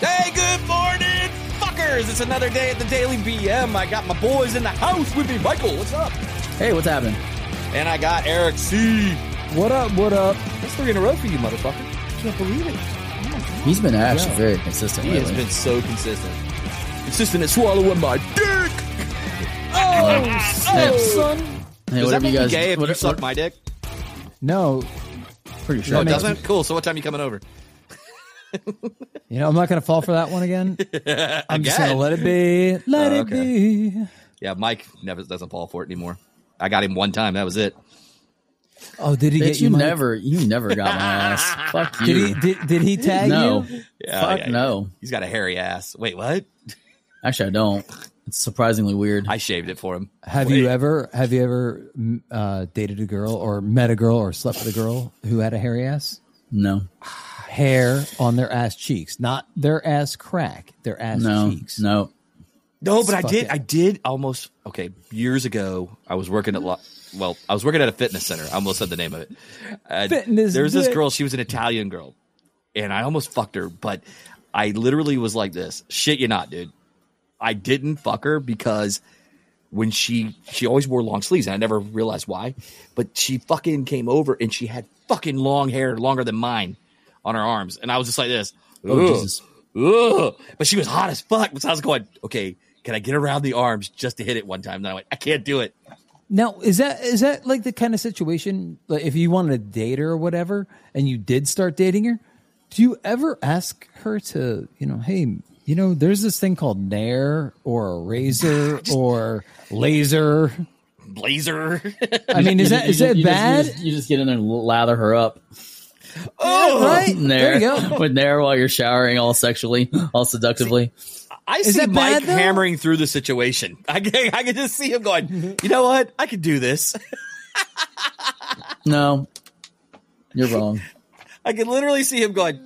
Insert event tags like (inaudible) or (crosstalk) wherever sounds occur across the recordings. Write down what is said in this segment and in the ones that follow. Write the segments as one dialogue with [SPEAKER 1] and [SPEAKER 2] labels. [SPEAKER 1] Hey, good morning, fuckers! It's another day at the Daily BM. I got my boys in the house with me. Michael, what's up?
[SPEAKER 2] Hey, what's happening?
[SPEAKER 1] And I got Eric C.
[SPEAKER 3] What up? What up?
[SPEAKER 1] That's three in a row for you, motherfucker. Can't believe it.
[SPEAKER 2] He's been actually very consistent
[SPEAKER 1] He has
[SPEAKER 2] lately.
[SPEAKER 1] been so consistent. Consistent at swallowing my dick!
[SPEAKER 2] Oh, snap. Hey,
[SPEAKER 1] Does
[SPEAKER 2] whatever
[SPEAKER 1] that make
[SPEAKER 2] you
[SPEAKER 1] you
[SPEAKER 2] guys,
[SPEAKER 1] gay if
[SPEAKER 2] what-
[SPEAKER 1] you suck
[SPEAKER 2] what-
[SPEAKER 1] my dick?
[SPEAKER 3] No, pretty sure.
[SPEAKER 1] No, it
[SPEAKER 3] That makes-
[SPEAKER 1] doesn't? Cool, so what time you coming over?
[SPEAKER 3] You know, I'm not going to fall for that
[SPEAKER 1] (laughs)
[SPEAKER 3] one again. I'm just going to
[SPEAKER 1] Again?
[SPEAKER 3] let it be. Let
[SPEAKER 1] Oh,
[SPEAKER 3] it
[SPEAKER 1] okay.
[SPEAKER 3] be.
[SPEAKER 1] Yeah, Mike never doesn't fall for it anymore. I got him one time, that was it.
[SPEAKER 3] Oh, did he
[SPEAKER 2] Bitch,
[SPEAKER 3] get
[SPEAKER 2] you
[SPEAKER 3] you? money?
[SPEAKER 2] never, you never got
[SPEAKER 3] (laughs)
[SPEAKER 2] my ass. Fuck
[SPEAKER 3] Did
[SPEAKER 2] you.
[SPEAKER 3] he? Did, did he tag
[SPEAKER 2] no.
[SPEAKER 3] you?
[SPEAKER 1] Yeah,
[SPEAKER 2] Fuck
[SPEAKER 1] yeah, yeah.
[SPEAKER 2] no.
[SPEAKER 1] He's got a hairy ass. Wait, what?
[SPEAKER 2] Actually, I don't. It's surprisingly weird.
[SPEAKER 1] I shaved it for him.
[SPEAKER 3] Have
[SPEAKER 1] Wait.
[SPEAKER 3] you ever? Have you ever mm, uh, dated a girl or met a girl or slept with a girl who had a hairy ass?
[SPEAKER 2] no,
[SPEAKER 3] Hair on their ass cheeks, not their ass crack, their ass
[SPEAKER 2] no,
[SPEAKER 3] cheeks.
[SPEAKER 2] no.
[SPEAKER 1] No, but I
[SPEAKER 3] Fuck
[SPEAKER 1] did.
[SPEAKER 3] it.
[SPEAKER 1] I did almost. Okay, years ago, I was working at. lo- Well, I was working at a fitness center. I almost said the name of it. Uh,
[SPEAKER 3] Fitness
[SPEAKER 1] There was this
[SPEAKER 3] dick.
[SPEAKER 1] girl. She was an Italian girl, and I almost fucked her. But I literally was like this. Shit, you not, dude. I didn't fuck her because when she she always wore long sleeves, and I never realized why. But she fucking came over, and she had fucking long hair, longer than mine, on her arms, and I was just like this.
[SPEAKER 2] Oh,
[SPEAKER 1] Ugh.
[SPEAKER 2] Jesus.
[SPEAKER 1] Ugh. But she was hot as fuck. So I was going, okay, can I get around the arms just to hit it one time? Then I went, I can't do it.
[SPEAKER 3] Now, is that is that like the kind of situation like if you wanted to date her or whatever and you did start dating her, do you ever ask her to, you know, hey, you know, there's this thing called Nair or
[SPEAKER 1] (laughs)
[SPEAKER 3] a razor or laser.
[SPEAKER 1] Blazer. (laughs)
[SPEAKER 3] I mean, is
[SPEAKER 2] You-
[SPEAKER 3] that
[SPEAKER 2] you just-
[SPEAKER 3] is that
[SPEAKER 2] you just- you
[SPEAKER 3] bad?
[SPEAKER 2] just- you just get in there and lather her
[SPEAKER 3] (laughs)
[SPEAKER 2] up.
[SPEAKER 1] (laughs) oh,
[SPEAKER 3] right?
[SPEAKER 2] in (laughs) there,
[SPEAKER 3] There you go.
[SPEAKER 2] with there while you're showering, all sexually, (laughs) all seductively.
[SPEAKER 1] I see
[SPEAKER 3] that
[SPEAKER 1] Mike
[SPEAKER 3] bad, though?
[SPEAKER 1] hammering through the situation. (laughs) I can, I can just see him going, you know what? I could do this.
[SPEAKER 2] No, you're wrong.
[SPEAKER 1] I can literally see him going,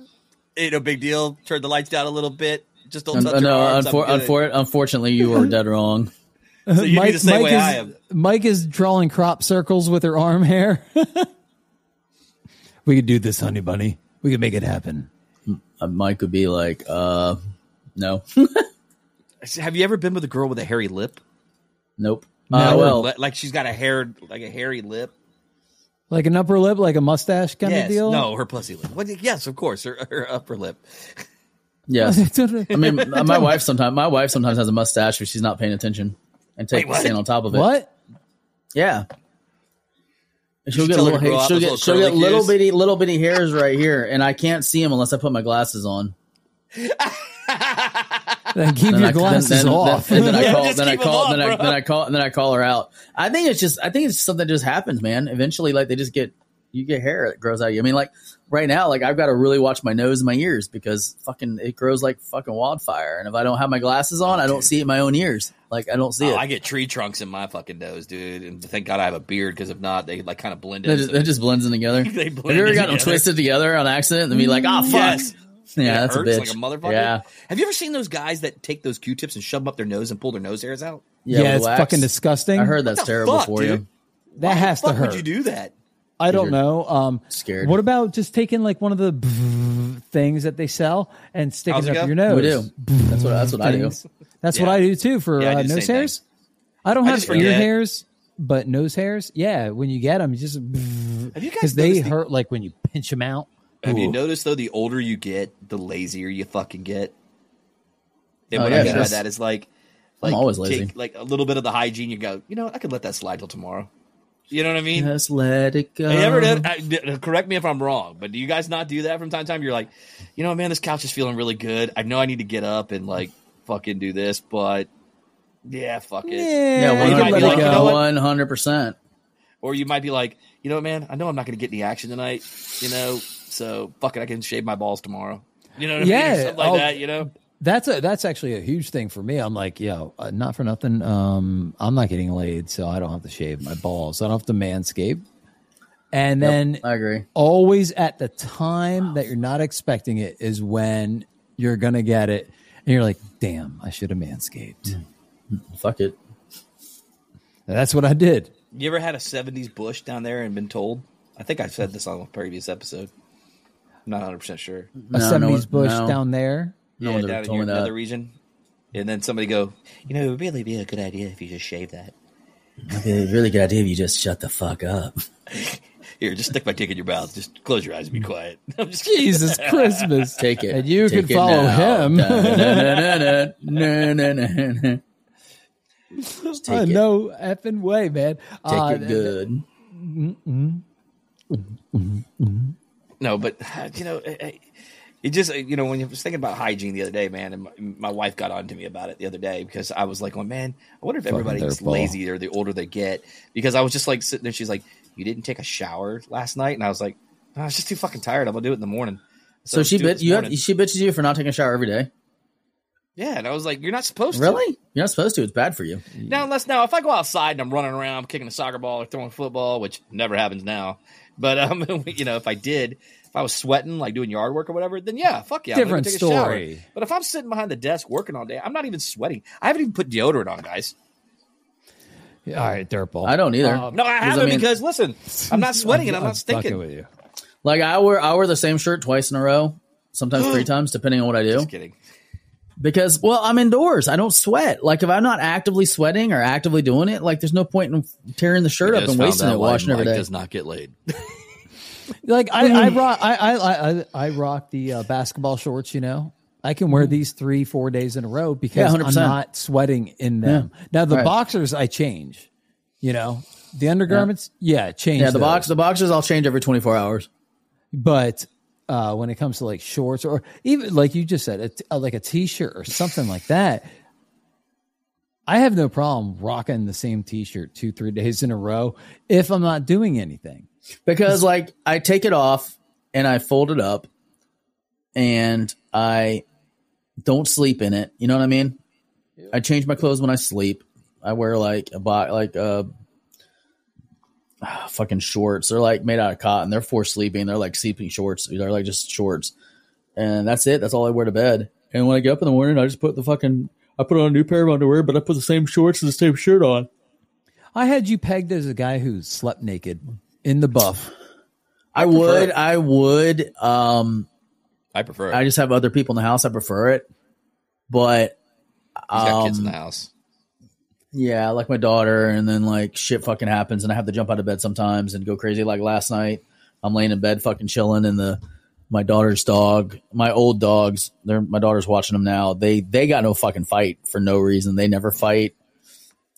[SPEAKER 1] ain't no big deal. Turn the lights down a little bit. Just don't
[SPEAKER 2] Un- uh,
[SPEAKER 1] touch your
[SPEAKER 2] no,
[SPEAKER 1] arms. I'm
[SPEAKER 2] unfor-
[SPEAKER 1] good."
[SPEAKER 2] unfor- unfortunately, you were dead wrong.
[SPEAKER 1] so you need the same way
[SPEAKER 3] is,
[SPEAKER 1] I am.
[SPEAKER 3] Mike is drawing crop circles with her arm hair. (laughs) we could do this, honey bunny. We could make it happen.
[SPEAKER 2] Uh, Mike would be like, uh, no, (laughs)
[SPEAKER 1] Have you ever been with a girl with a hairy lip?
[SPEAKER 2] nope.
[SPEAKER 3] No.
[SPEAKER 1] (laughs)
[SPEAKER 2] Uh, well,
[SPEAKER 1] Like- like she's got a hair, like a hairy lip.
[SPEAKER 3] Like an upper lip, like a mustache kind
[SPEAKER 1] Yes.
[SPEAKER 3] of deal. (laughs)
[SPEAKER 1] No, her pussy lip. What, yes, of course, her, her upper lip.
[SPEAKER 2] yes.
[SPEAKER 1] (laughs)
[SPEAKER 2] I mean, uh, my wife sometimes my wife sometimes has a mustache if she's not paying attention and take
[SPEAKER 1] Wait, what?
[SPEAKER 2] stand on top of it.
[SPEAKER 3] what?
[SPEAKER 2] Yeah. And she'll
[SPEAKER 1] should
[SPEAKER 2] get
[SPEAKER 1] tell
[SPEAKER 2] little,
[SPEAKER 1] her to grow
[SPEAKER 2] hair-
[SPEAKER 1] out those
[SPEAKER 2] she'll get
[SPEAKER 1] little
[SPEAKER 2] she'll get
[SPEAKER 1] curly
[SPEAKER 2] little
[SPEAKER 1] cues.
[SPEAKER 2] bitty little bitty hairs right here, and I can't see them unless I put my glasses on.
[SPEAKER 3] Then keep your
[SPEAKER 2] I- (laughs)
[SPEAKER 3] glasses
[SPEAKER 2] then,
[SPEAKER 3] off.
[SPEAKER 2] Then, and then I
[SPEAKER 1] Yeah,
[SPEAKER 2] call.
[SPEAKER 1] just
[SPEAKER 2] then I
[SPEAKER 1] keep 'em
[SPEAKER 2] call.
[SPEAKER 1] on,
[SPEAKER 2] then, I,
[SPEAKER 1] bro.
[SPEAKER 2] then I call. Then I call her out. I think it's just. I think it's something that just happens, man. Eventually, like they just get you get hair that grows out of you. I mean, like right now, like I've got to really watch my nose and my ears because fucking it grows like fucking wildfire. And if I don't have my glasses on, I don't see it in my own ears. Like I don't see
[SPEAKER 1] Oh,
[SPEAKER 2] it.
[SPEAKER 1] I get tree trunks in my fucking nose, dude. And thank God I have a beard because if not, they like kind of blend
[SPEAKER 2] It
[SPEAKER 1] in.
[SPEAKER 2] just, it just blends in
[SPEAKER 1] (laughs)
[SPEAKER 2] together.
[SPEAKER 1] They
[SPEAKER 2] have
[SPEAKER 1] blend
[SPEAKER 2] you ever
[SPEAKER 1] in
[SPEAKER 2] got them
[SPEAKER 1] together.
[SPEAKER 2] twisted together on accident and be like, "Oh fuck!"
[SPEAKER 1] yes.
[SPEAKER 2] Yeah,
[SPEAKER 1] And it
[SPEAKER 2] that's
[SPEAKER 1] hurts
[SPEAKER 2] a bitch.
[SPEAKER 1] like a motherfucker.
[SPEAKER 2] Yeah,
[SPEAKER 1] Have you ever seen those guys that take those Q-tips and shove them up their nose and pull their nose hairs out?
[SPEAKER 3] (laughs) Yeah,
[SPEAKER 2] with
[SPEAKER 3] it's
[SPEAKER 2] wax.
[SPEAKER 3] fucking disgusting.
[SPEAKER 2] I heard that's
[SPEAKER 1] the
[SPEAKER 2] terrible
[SPEAKER 1] fuck,
[SPEAKER 2] for you.
[SPEAKER 1] dude?
[SPEAKER 3] that
[SPEAKER 1] Why the
[SPEAKER 3] has to
[SPEAKER 1] fuck
[SPEAKER 3] hurt.
[SPEAKER 1] Would you do that?
[SPEAKER 3] I don't know. Um,
[SPEAKER 2] Scared.
[SPEAKER 3] What about just taking like one of the (laughs) things that they sell and sticking
[SPEAKER 1] How's it
[SPEAKER 3] it
[SPEAKER 1] go?
[SPEAKER 3] up your nose?
[SPEAKER 2] We do. That's what. That's what I do.
[SPEAKER 3] Things. That's
[SPEAKER 1] Yeah.
[SPEAKER 3] what I do too for
[SPEAKER 1] Yeah, I do
[SPEAKER 3] uh,
[SPEAKER 1] the
[SPEAKER 3] nose
[SPEAKER 1] same
[SPEAKER 3] hairs. I don't
[SPEAKER 1] I
[SPEAKER 3] have
[SPEAKER 1] just
[SPEAKER 3] ear
[SPEAKER 1] forget.
[SPEAKER 3] hairs, but nose hairs. Yeah, when you get them, you just
[SPEAKER 1] Have you
[SPEAKER 3] (laughs)
[SPEAKER 1] guys
[SPEAKER 3] because they
[SPEAKER 1] noticed the-
[SPEAKER 3] hurt like when you pinch them out.
[SPEAKER 1] Have you
[SPEAKER 3] Ooh.
[SPEAKER 1] noticed though? The older you get, the lazier you fucking get. And
[SPEAKER 2] Oh,
[SPEAKER 1] what
[SPEAKER 2] yeah,
[SPEAKER 1] I mean by
[SPEAKER 2] that's-
[SPEAKER 1] that is like,
[SPEAKER 2] I'm
[SPEAKER 1] like
[SPEAKER 2] always
[SPEAKER 1] take,
[SPEAKER 2] lazy.
[SPEAKER 1] like a little bit of the hygiene. You go, you know, what? I could let that slide till tomorrow. You know what I mean?
[SPEAKER 2] Just let it go.
[SPEAKER 1] Have you ever done,
[SPEAKER 2] Uh-huh.
[SPEAKER 1] I, d- correct me if I'm wrong, but do you guys not do that from time to time? You're like, you know, man, this couch is feeling really good. I know I need to get up and like fucking do this, but yeah, fuck it.
[SPEAKER 2] Yeah,
[SPEAKER 3] you
[SPEAKER 1] one
[SPEAKER 3] can
[SPEAKER 1] might be
[SPEAKER 3] let
[SPEAKER 1] like,
[SPEAKER 3] it
[SPEAKER 1] you know
[SPEAKER 3] go.
[SPEAKER 1] what?
[SPEAKER 2] one hundred percent.
[SPEAKER 1] Or you might be like, you know, man, I know I'm not going to get any action tonight, you know, so fuck it, I can shave my balls tomorrow. You know what I mean?
[SPEAKER 3] Yeah,
[SPEAKER 1] Or something like
[SPEAKER 2] oh.
[SPEAKER 3] I'll-
[SPEAKER 1] that, you know?
[SPEAKER 3] That's a that's actually a huge thing for me. I'm like, yo, uh, not for nothing. Um, I'm not getting laid, so I don't have to shave my balls. I don't have to manscape. And then
[SPEAKER 2] I agree.
[SPEAKER 3] always at the time that you're not expecting it is when you're gonna get it, and you're like, damn, I should have manscaped.
[SPEAKER 2] Hmm. Fuck it.
[SPEAKER 3] And that's what I did.
[SPEAKER 1] You ever had a 70s bush down there and been told? I think I said this on a previous episode. I'm not 100% sure.
[SPEAKER 3] A
[SPEAKER 2] No, no,
[SPEAKER 3] '70s bush
[SPEAKER 2] no.
[SPEAKER 3] down there.
[SPEAKER 2] No one's
[SPEAKER 1] yeah, down
[SPEAKER 2] ever
[SPEAKER 1] in
[SPEAKER 2] told
[SPEAKER 1] your
[SPEAKER 2] me
[SPEAKER 1] nether
[SPEAKER 2] that.
[SPEAKER 1] region, and then somebody go, you know, it would really be a good idea if you just shave that.
[SPEAKER 2] It'd be a really good idea if you just shut the fuck
[SPEAKER 1] (laughs)
[SPEAKER 2] up.
[SPEAKER 1] Here, just stick my dick in your mouth. Just close your eyes
[SPEAKER 2] Mm.
[SPEAKER 1] and be quiet. (laughs) I'm just kidding.
[SPEAKER 2] (laughs)
[SPEAKER 3] Jesus Christmas.
[SPEAKER 2] Take it.
[SPEAKER 3] And you
[SPEAKER 2] Take it
[SPEAKER 3] can follow
[SPEAKER 2] now.
[SPEAKER 3] him. (laughs)
[SPEAKER 2] Da-da-da-da-da-da-da-da-da-da. Just take
[SPEAKER 3] Uh,
[SPEAKER 2] it.
[SPEAKER 3] no effing way, man.
[SPEAKER 2] Take
[SPEAKER 3] Uh,
[SPEAKER 2] it good.
[SPEAKER 1] No, but (sighs) you know, I- I- it just eh, you know when I was thinking about hygiene the other day, man, and my, my wife got on to me about it the other day because I was like, "Well, man, I wonder if everybody's
[SPEAKER 3] dirtball.
[SPEAKER 1] lazy or the older they get." Because I was just like sitting there, she's like, "You didn't take a shower last night," and I was like, "Oh, "I was just too fucking tired. I'm gonna do it in the morning."
[SPEAKER 2] So
[SPEAKER 1] I
[SPEAKER 2] she
[SPEAKER 1] do it
[SPEAKER 2] bit
[SPEAKER 1] this
[SPEAKER 2] you have
[SPEAKER 1] morning.
[SPEAKER 2] she bitches you for not taking a shower every day.
[SPEAKER 1] yeah, and I was like, "You're not supposed to."
[SPEAKER 2] Really? You're not supposed to. It's bad for you.
[SPEAKER 1] Now, unless now, if I go outside and I'm running around, I'm kicking a soccer ball or throwing football, which never happens now. But um, (laughs) you know, if I did, if I was sweating like doing yard work or whatever, then yeah, fuck yeah, I'm gonna
[SPEAKER 3] Different
[SPEAKER 1] take a shower.
[SPEAKER 3] story.
[SPEAKER 1] But if I'm sitting behind the desk working all day, I'm not even sweating. I haven't even put deodorant on, guys.
[SPEAKER 3] All right, dirtball.
[SPEAKER 2] I don't either.
[SPEAKER 1] Oh, No, I haven't
[SPEAKER 2] I mean-
[SPEAKER 1] because listen, (laughs) I'm not sweating and I'm not
[SPEAKER 3] fucking
[SPEAKER 1] stinking.
[SPEAKER 3] with you.
[SPEAKER 2] Like I wear I wear the same shirt twice in a row, sometimes
[SPEAKER 1] (gasps)
[SPEAKER 2] three times, depending on what I do.
[SPEAKER 1] Just kidding.
[SPEAKER 2] Because well, I'm indoors. I don't sweat. Like if I'm not actively sweating or actively doing it, like there's no point in tearing the shirt up and wasting it washing every day.
[SPEAKER 1] does not get laid.
[SPEAKER 3] Like I, I rock, I, I, I, I- I rock the uh, basketball shorts. You know, I can wear these three, four days in a row
[SPEAKER 2] Hmm. Yeah,
[SPEAKER 3] because
[SPEAKER 2] 100%.
[SPEAKER 3] I'm not sweating in them. Now the
[SPEAKER 2] Right.
[SPEAKER 3] boxers, I change. You know, the undergarments, yeah, change.
[SPEAKER 2] Yeah, the
[SPEAKER 3] those.
[SPEAKER 2] box the boxes I'll change every 24 hours.
[SPEAKER 3] But uh, when it comes to like shorts or even like you just said, a t- uh, like a t-shirt or something like that, I have no problem rocking the same t-shirt two, three days in a row if I'm not doing anything.
[SPEAKER 2] because like I take it off and I fold it up and I don't sleep in it. You know what I mean? I change my clothes when I sleep. I wear like a bo- like uh ah, fucking shorts. They're like made out of cotton. They're for sleeping. They're like sleeping shorts. They're like just shorts. And that's it. That's all I wear to bed. And when I get up in the morning, I just put the fucking I put on a new pair of underwear, but I put the same shorts and the same shirt on.
[SPEAKER 3] I had you pegged as a guy who slept naked in the buff.
[SPEAKER 2] I would, I would, um,
[SPEAKER 1] I prefer. It.
[SPEAKER 2] I just have other people in the house. I prefer it. But
[SPEAKER 1] He's got kids in the
[SPEAKER 2] um,
[SPEAKER 1] house.
[SPEAKER 2] yeah, like my daughter, and then like shit fucking happens, and I have to jump out of bed sometimes and go crazy. Like last night, I'm laying in bed fucking chilling, and the my daughter's dog, my old dogs, they're my daughter's watching them now. They they got no fucking fight for no reason. They never fight.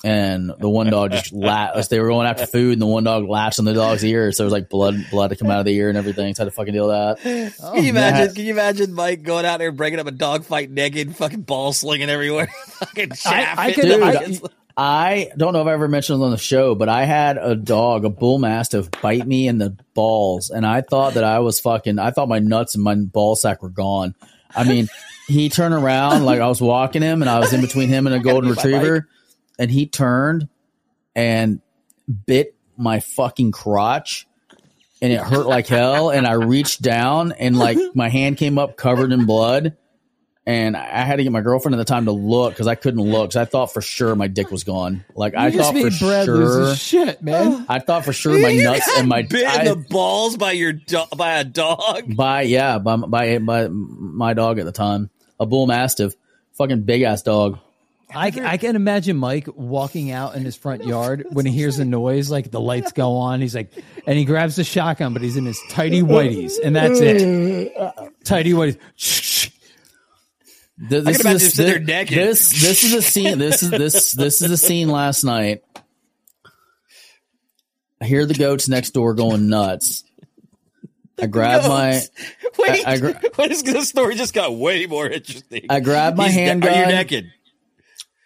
[SPEAKER 2] And the one
[SPEAKER 1] (laughs)
[SPEAKER 2] dog just laps. They were going after food, and the one dog laps on the dog's ear. So there was like blood, blood to come out of the ear and everything. So I had to fucking deal with that.
[SPEAKER 1] can
[SPEAKER 3] Oh,
[SPEAKER 1] you imagine?
[SPEAKER 2] Matt.
[SPEAKER 1] Can you imagine Mike going out there and breaking up a dog fight naked, fucking ball slinging everywhere, (laughs) fucking chaff
[SPEAKER 3] I
[SPEAKER 1] it.
[SPEAKER 3] could-
[SPEAKER 2] Dude,
[SPEAKER 3] I-
[SPEAKER 2] I, I don't know if I ever mentioned it on the show, but I had a dog, a bull mastiff, bite me in the balls, and I thought that I was fucking. I thought my nuts and my ball sack were gone. I mean, he turned around like I was walking him, and I was in between him and a
[SPEAKER 1] be
[SPEAKER 2] golden
[SPEAKER 1] my bike.
[SPEAKER 2] retriever, and he turned and bit my fucking crotch. And it hurt like hell. And I reached down, and like my hand came up covered in blood and I I had to get my girlfriend at the time to look because I couldn't look. So I thought for sure my dick was gone. Like I
[SPEAKER 3] You just
[SPEAKER 2] thought for
[SPEAKER 3] made Brad lose
[SPEAKER 2] sure.
[SPEAKER 3] his shit, man.
[SPEAKER 2] I thought for sure
[SPEAKER 1] (laughs)
[SPEAKER 3] (laughs)
[SPEAKER 2] my
[SPEAKER 1] You
[SPEAKER 2] nuts
[SPEAKER 1] got
[SPEAKER 2] and my
[SPEAKER 1] bit in
[SPEAKER 2] I-
[SPEAKER 1] the balls by your do- by a dog. (laughs)
[SPEAKER 2] by yeah by by by my dog at the time, a bull mastiff, fucking big ass dog.
[SPEAKER 3] I, I can imagine Mike walking out in his front yard when he hears a noise, like the lights go on. He's like, and he grabs the shotgun, but he's in his (laughs) tidy whities, and that's it. Tidy whities. (laughs)
[SPEAKER 2] Th- This,
[SPEAKER 1] imagine
[SPEAKER 2] is
[SPEAKER 1] him
[SPEAKER 2] a,
[SPEAKER 1] sitting there
[SPEAKER 2] thi-
[SPEAKER 1] naked.
[SPEAKER 2] This this is a scene. This is this this is a scene last night. I hear the goats next door going nuts. I grab my
[SPEAKER 1] Wait,
[SPEAKER 2] I- I gra-
[SPEAKER 1] (laughs) what is this story just got way more interesting.
[SPEAKER 2] I grab my
[SPEAKER 1] He's na-
[SPEAKER 2] handgun.
[SPEAKER 1] Are you naked?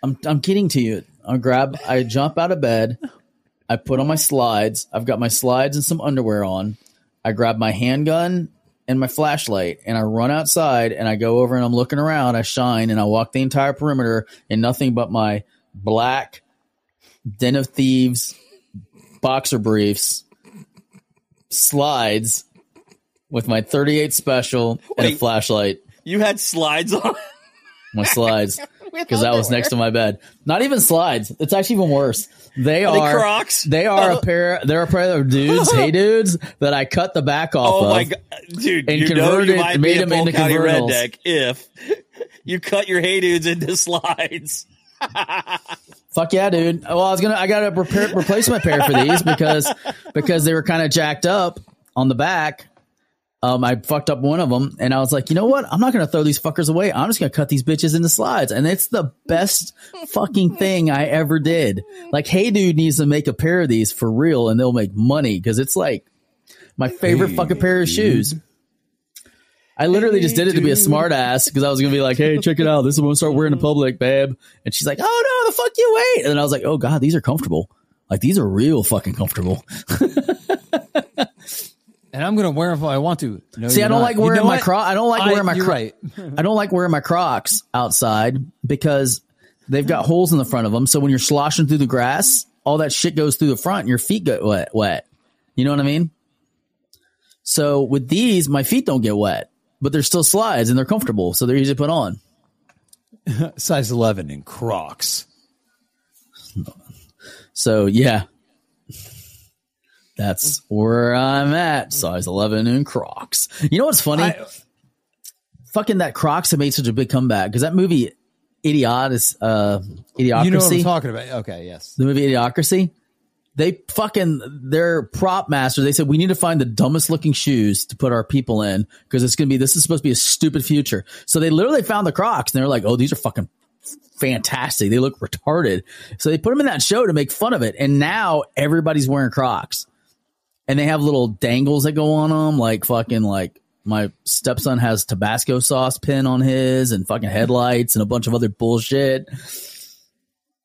[SPEAKER 2] I'm I'm kidding to you. I grab I jump out of bed. I put on my slides. I've got my slides and some underwear on. I grab my handgun and my flashlight and I run outside and I go over and I'm looking around. I shine and I walk the entire perimeter in nothing but my black den of thieves boxer briefs slides with my 38 special and a
[SPEAKER 1] Wait.
[SPEAKER 2] flashlight
[SPEAKER 1] You had slides (laughs) on
[SPEAKER 2] my slides because that was next to my bed. Not even slides. It's actually even worse. They
[SPEAKER 1] the
[SPEAKER 2] are
[SPEAKER 1] Crocs.
[SPEAKER 2] They are a pair. They're a pair of dudes, hey dudes, that I cut the back off.
[SPEAKER 1] oh
[SPEAKER 2] of.
[SPEAKER 1] my god, dude!
[SPEAKER 2] And
[SPEAKER 1] you know you
[SPEAKER 2] converted-
[SPEAKER 1] might
[SPEAKER 2] made
[SPEAKER 1] be a
[SPEAKER 2] him into
[SPEAKER 1] Polk County
[SPEAKER 2] convertibles.
[SPEAKER 1] redneck if (laughs) You cut your hey dudes into (laughs) slides.
[SPEAKER 2] Fuck yeah, dude. Well, I was gonna, I got a repair, replacement pair for these because because they were kind of jacked up on the back. Um, I fucked up one of them, and I was like, you know what? I'm not gonna throw these fuckers away. I'm just gonna cut these bitches into slides, and it's the best fucking thing I ever did. Like, hey, dude needs to make a pair of these for real, and they'll make money because it's like my favorite fucking pair of shoes. I literally just did it to be a smart ass because I was gonna be like, "Hey, check it out. This is when we start
[SPEAKER 3] Mm-hmm.
[SPEAKER 2] wearing in public, babe." And she's like, "Oh no, the fuck you wait." And then I was like, "Oh god, these are comfortable. Like these are real fucking comfortable."
[SPEAKER 3] And I'm gonna wear them if I want to. No,
[SPEAKER 2] See, I
[SPEAKER 3] you're
[SPEAKER 2] don't
[SPEAKER 3] not.
[SPEAKER 2] like
[SPEAKER 3] You
[SPEAKER 2] wearing
[SPEAKER 3] know
[SPEAKER 2] my
[SPEAKER 3] what?
[SPEAKER 2] cro- I don't like
[SPEAKER 3] I-
[SPEAKER 2] wearing my
[SPEAKER 3] You're
[SPEAKER 2] cro-
[SPEAKER 3] right.
[SPEAKER 2] I don't like wearing my Crocs outside because they've got holes in the front of them. So when you're sloshing through the grass, all that shit goes through the front and your feet get wet. wet. You know what I mean? So with these, my feet don't get wet, but they're still slides and they're comfortable. So they're easy to put on.
[SPEAKER 3] Size 11 in Crocs.
[SPEAKER 2] So yeah, that's where I'm at. Size 11 in Crocs. You know what's funny?
[SPEAKER 3] I-
[SPEAKER 2] Fucking that Crocs have made such a big comeback because that movie, Idiot, is uh, Idiocracy.
[SPEAKER 3] You know what I'm talking about? Okay, yes.
[SPEAKER 2] the movie Idiocracy. They fucking their prop master. They said we need to find the dumbest looking shoes to put our people in because it's gonna be this is supposed to be a stupid future. So they literally found the Crocs and they're like, oh, these are fucking fantastic. They look retarded. So they put them in that show to make fun of it. And now everybody's wearing Crocs, and they have little dangles that go on them, like fucking like my stepson has Tabasco sauce pin on his, and fucking headlights, and a bunch of other bullshit.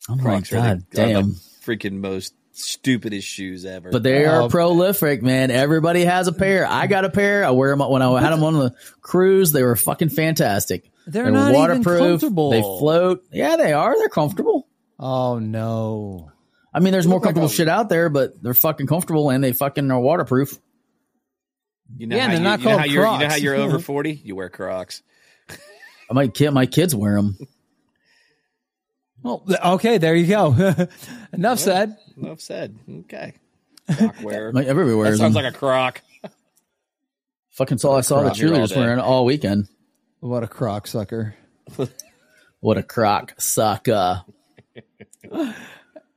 [SPEAKER 2] I'm like,
[SPEAKER 1] Crocs are the-
[SPEAKER 2] Oh, god
[SPEAKER 1] are the
[SPEAKER 2] damn.
[SPEAKER 1] freaking most stupidest shoes ever.
[SPEAKER 2] But they are
[SPEAKER 1] Um,
[SPEAKER 3] Oh.
[SPEAKER 2] prolific, man. Everybody has a pair. I got a pair. I wear them when I had them on the cruise. They were fucking fantastic.
[SPEAKER 3] They're
[SPEAKER 2] They were
[SPEAKER 3] not even comfortable.
[SPEAKER 2] They float. Yeah, they are. They're comfortable.
[SPEAKER 3] Oh no.
[SPEAKER 2] I mean, there's more
[SPEAKER 1] look like
[SPEAKER 2] comfortable
[SPEAKER 1] a-
[SPEAKER 2] shit out there, but they're fucking comfortable and they fucking are waterproof.
[SPEAKER 1] you know
[SPEAKER 3] Yeah,
[SPEAKER 1] how
[SPEAKER 3] they're
[SPEAKER 1] you,
[SPEAKER 3] not
[SPEAKER 1] you know how
[SPEAKER 3] called
[SPEAKER 1] you're, you know how
[SPEAKER 3] Crocs.
[SPEAKER 1] you're
[SPEAKER 2] (laughs)
[SPEAKER 1] over forty. You wear Crocs.
[SPEAKER 2] My kid, my kids wear them.
[SPEAKER 3] Well, th- okay, there you go. (laughs) Enough said.
[SPEAKER 1] Enough said.
[SPEAKER 2] (laughs)
[SPEAKER 1] Okay. Croc wear.
[SPEAKER 2] My, everybody
[SPEAKER 1] that
[SPEAKER 2] wears
[SPEAKER 1] sounds
[SPEAKER 2] them.
[SPEAKER 1] like a Croc.
[SPEAKER 2] fucking saw. I saw the
[SPEAKER 1] Croc here all
[SPEAKER 2] cheerleaders
[SPEAKER 1] day.
[SPEAKER 2] wearing it all weekend.
[SPEAKER 3] What a crock sucker.
[SPEAKER 2] What a crock sucker.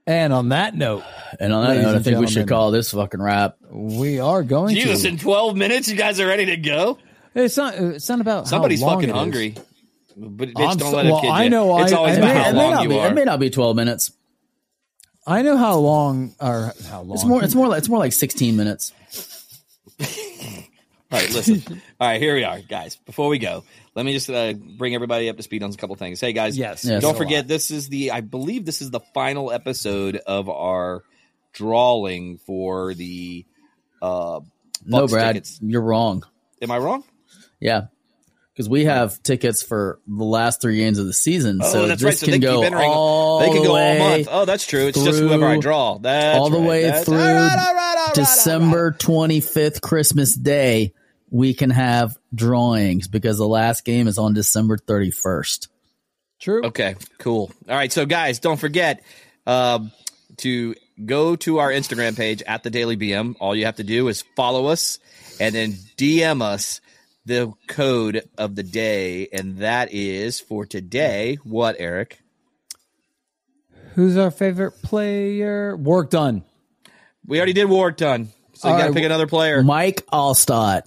[SPEAKER 3] And on that note,
[SPEAKER 2] And on that
[SPEAKER 3] Ladies
[SPEAKER 2] note, I
[SPEAKER 3] and
[SPEAKER 2] think we should
[SPEAKER 3] gentlemen.
[SPEAKER 2] call this fucking wrap.
[SPEAKER 3] we are going
[SPEAKER 1] Jesus,
[SPEAKER 3] to.
[SPEAKER 1] in twelve minutes, you guys are ready to go.
[SPEAKER 3] It's not. It's not uh, about how
[SPEAKER 1] Somebody's
[SPEAKER 3] long
[SPEAKER 1] fucking
[SPEAKER 3] it is.
[SPEAKER 1] hungry. But bitch,
[SPEAKER 3] I'm
[SPEAKER 1] don't
[SPEAKER 3] so-
[SPEAKER 1] let it
[SPEAKER 3] well,
[SPEAKER 1] kid
[SPEAKER 3] I
[SPEAKER 1] you.
[SPEAKER 3] know
[SPEAKER 1] It's
[SPEAKER 3] I-
[SPEAKER 1] always
[SPEAKER 3] I
[SPEAKER 1] about
[SPEAKER 3] may-
[SPEAKER 1] how
[SPEAKER 2] it, may
[SPEAKER 1] long
[SPEAKER 2] not
[SPEAKER 1] you
[SPEAKER 2] be,
[SPEAKER 1] are.
[SPEAKER 2] it may not be 12 minutes.
[SPEAKER 3] I know how long or how long.
[SPEAKER 2] It's more, it's more like, it's more like 16 minutes.
[SPEAKER 1] All right,
[SPEAKER 2] (laughs)
[SPEAKER 1] listen. All right, here we are, guys. Before we go, let me just uh, bring everybody up to speed on a couple things. Hey, guys.
[SPEAKER 3] Yes.
[SPEAKER 2] Yes.
[SPEAKER 1] Don't
[SPEAKER 2] a
[SPEAKER 1] forget, this is the, I believe this is the final episode of our drawing for the, uh,
[SPEAKER 2] No,
[SPEAKER 1] Bucks
[SPEAKER 2] Brad,
[SPEAKER 1] tickets.
[SPEAKER 2] you're wrong.
[SPEAKER 1] am I wrong?
[SPEAKER 2] Yeah. Because we have tickets for the last three games of the season.
[SPEAKER 1] Oh,
[SPEAKER 2] so
[SPEAKER 1] that's
[SPEAKER 2] this
[SPEAKER 1] right. So
[SPEAKER 2] can
[SPEAKER 1] they
[SPEAKER 2] go
[SPEAKER 1] keep entering.
[SPEAKER 2] all
[SPEAKER 1] they can
[SPEAKER 2] the
[SPEAKER 1] go
[SPEAKER 2] way
[SPEAKER 1] all month. Oh, that's true. It's just whoever I
[SPEAKER 2] through-
[SPEAKER 1] draw. That's
[SPEAKER 2] all the
[SPEAKER 1] right.
[SPEAKER 2] way
[SPEAKER 1] That's-
[SPEAKER 2] through
[SPEAKER 1] all right, all right, all right, all
[SPEAKER 2] December 25th, Christmas Day. We can have drawings because the last game is on December 31st.
[SPEAKER 3] true.
[SPEAKER 1] right. Okay, cool. All right, so guys, don't forget um, to go to our Instagram page at the Daily BM. All you have to do is follow us and then DM us the code of the day, and that is for today. What, Eric?
[SPEAKER 3] Who's our favorite player? Work done.
[SPEAKER 1] We already did Ward done, so you
[SPEAKER 3] All
[SPEAKER 1] got to
[SPEAKER 3] right,
[SPEAKER 1] pick another player.
[SPEAKER 2] Mike Allstott.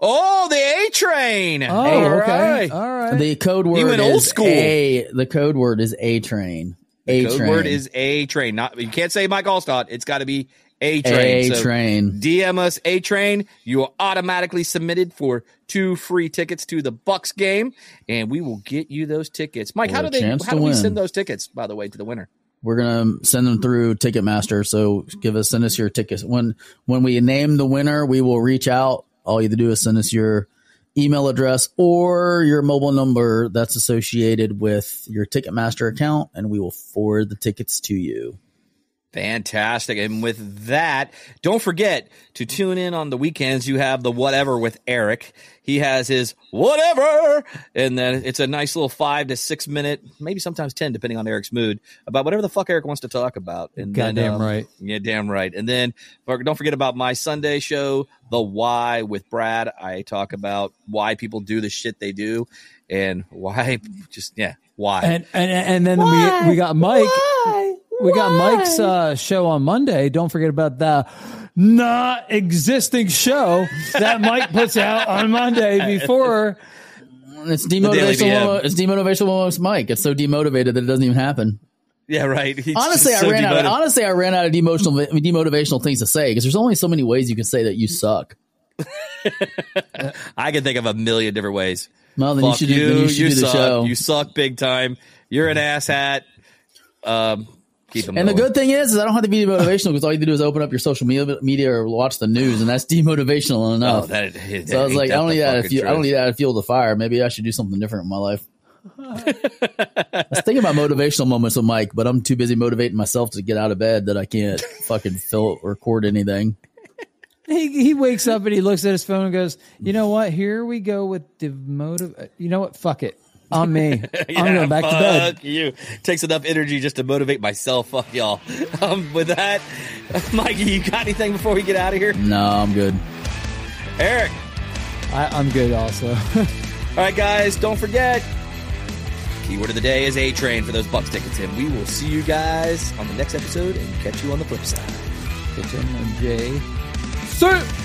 [SPEAKER 1] oh, the A train.
[SPEAKER 3] Oh,
[SPEAKER 1] All
[SPEAKER 3] okay.
[SPEAKER 1] right.
[SPEAKER 3] All right.
[SPEAKER 2] The code word
[SPEAKER 1] went
[SPEAKER 2] is
[SPEAKER 1] old school.
[SPEAKER 2] A. The code word is A train. A
[SPEAKER 1] Code
[SPEAKER 2] train.
[SPEAKER 1] word is A train. Not you can't say Mike Allstott. It's got to be A train.
[SPEAKER 2] A train.
[SPEAKER 1] DM us A train. You are automatically submitted for two free tickets to the Bucks game, and we will get you those tickets. Mike,
[SPEAKER 2] For
[SPEAKER 1] how
[SPEAKER 2] a
[SPEAKER 1] do they? How
[SPEAKER 2] chance to
[SPEAKER 1] do we
[SPEAKER 2] win.
[SPEAKER 1] send those tickets? By the way, to the winner.
[SPEAKER 2] we're gonna send them through Ticketmaster. So give us send us your tickets. When when we name the winner, we will reach out. All you have to do is send us your email address or your mobile number that's associated with your Ticketmaster account, and we will forward the tickets to you.
[SPEAKER 1] Fantastic. And with that, don't forget to tune in on the weekends. You have the whatever with Eric. He has his whatever. And then it's a nice little five to six minute, maybe sometimes 10, depending on Eric's mood, about whatever the fuck Eric wants to talk about. And then,
[SPEAKER 3] Goddamn
[SPEAKER 1] um,
[SPEAKER 3] right.
[SPEAKER 1] Yeah, damn right. And then fuck, don't forget about my Sunday show, The Why with Brad. I talk about why people do the shit they do. and why? (laughs) Just yeah, why?
[SPEAKER 3] And and and then we we got Mike. We got Mike's uh, show on Monday. Don't forget about the not existing show that Mike puts out
[SPEAKER 1] (laughs)
[SPEAKER 3] on Monday before.
[SPEAKER 2] It's
[SPEAKER 1] Daily DM.
[SPEAKER 2] demotivational. It's demotivational. almost Mike. It's so demotivated that it doesn't even happen.
[SPEAKER 1] yeah, right. (laughs) He's
[SPEAKER 2] Honestly,
[SPEAKER 1] just
[SPEAKER 2] I
[SPEAKER 1] so
[SPEAKER 2] ran out. Of,
[SPEAKER 1] demoted.
[SPEAKER 2] honestly, I ran out of demotional, demotivational things to say because there's only so many ways you can say that you suck.
[SPEAKER 1] I can think of a million different ways.
[SPEAKER 2] Well, then
[SPEAKER 1] Fuck
[SPEAKER 2] you
[SPEAKER 1] you,
[SPEAKER 2] should do, then
[SPEAKER 1] you,
[SPEAKER 2] you should do the
[SPEAKER 1] suck,
[SPEAKER 2] show.
[SPEAKER 1] you suck big time. You're an ass hat. Um, keep them.
[SPEAKER 2] and the good thing is, is I don't have to be demotivational because all you have to do is open up your social media, media or watch the news, and that's (laughs) demotivational enough.
[SPEAKER 1] Oh, that, that
[SPEAKER 2] so I was
[SPEAKER 1] ain't
[SPEAKER 2] like,
[SPEAKER 1] that
[SPEAKER 2] I don't
[SPEAKER 1] the
[SPEAKER 2] need that. To
[SPEAKER 1] fucking
[SPEAKER 2] fuel, I don't
[SPEAKER 1] truth.
[SPEAKER 2] need that to fuel the fire. Maybe I should do something different in
[SPEAKER 1] (laughs)
[SPEAKER 2] my life. I was thinking about motivational moments with Mike, but I'm too busy motivating myself to get out of bed that I can't fucking fill record anything.
[SPEAKER 3] He he wakes up and he looks at his phone and goes, "You know what? Here we go with demotive. You know what? Fuck it. On me. I'm
[SPEAKER 1] Yeah,
[SPEAKER 3] going back to
[SPEAKER 1] fuck
[SPEAKER 3] bed."
[SPEAKER 1] You takes enough energy just to motivate myself. Fuck y'all. (laughs) Um, with that, (laughs) Mikey, you got anything before we get out of here?
[SPEAKER 2] No, I'm good.
[SPEAKER 1] Eric.
[SPEAKER 3] I, I'm good. Also, (laughs)
[SPEAKER 1] All right, guys, don't forget. Keyword of the day is A train for those Bucks tickets, and we will see you guys on the next episode and catch you on the flip side.
[SPEAKER 3] Jay. Sir.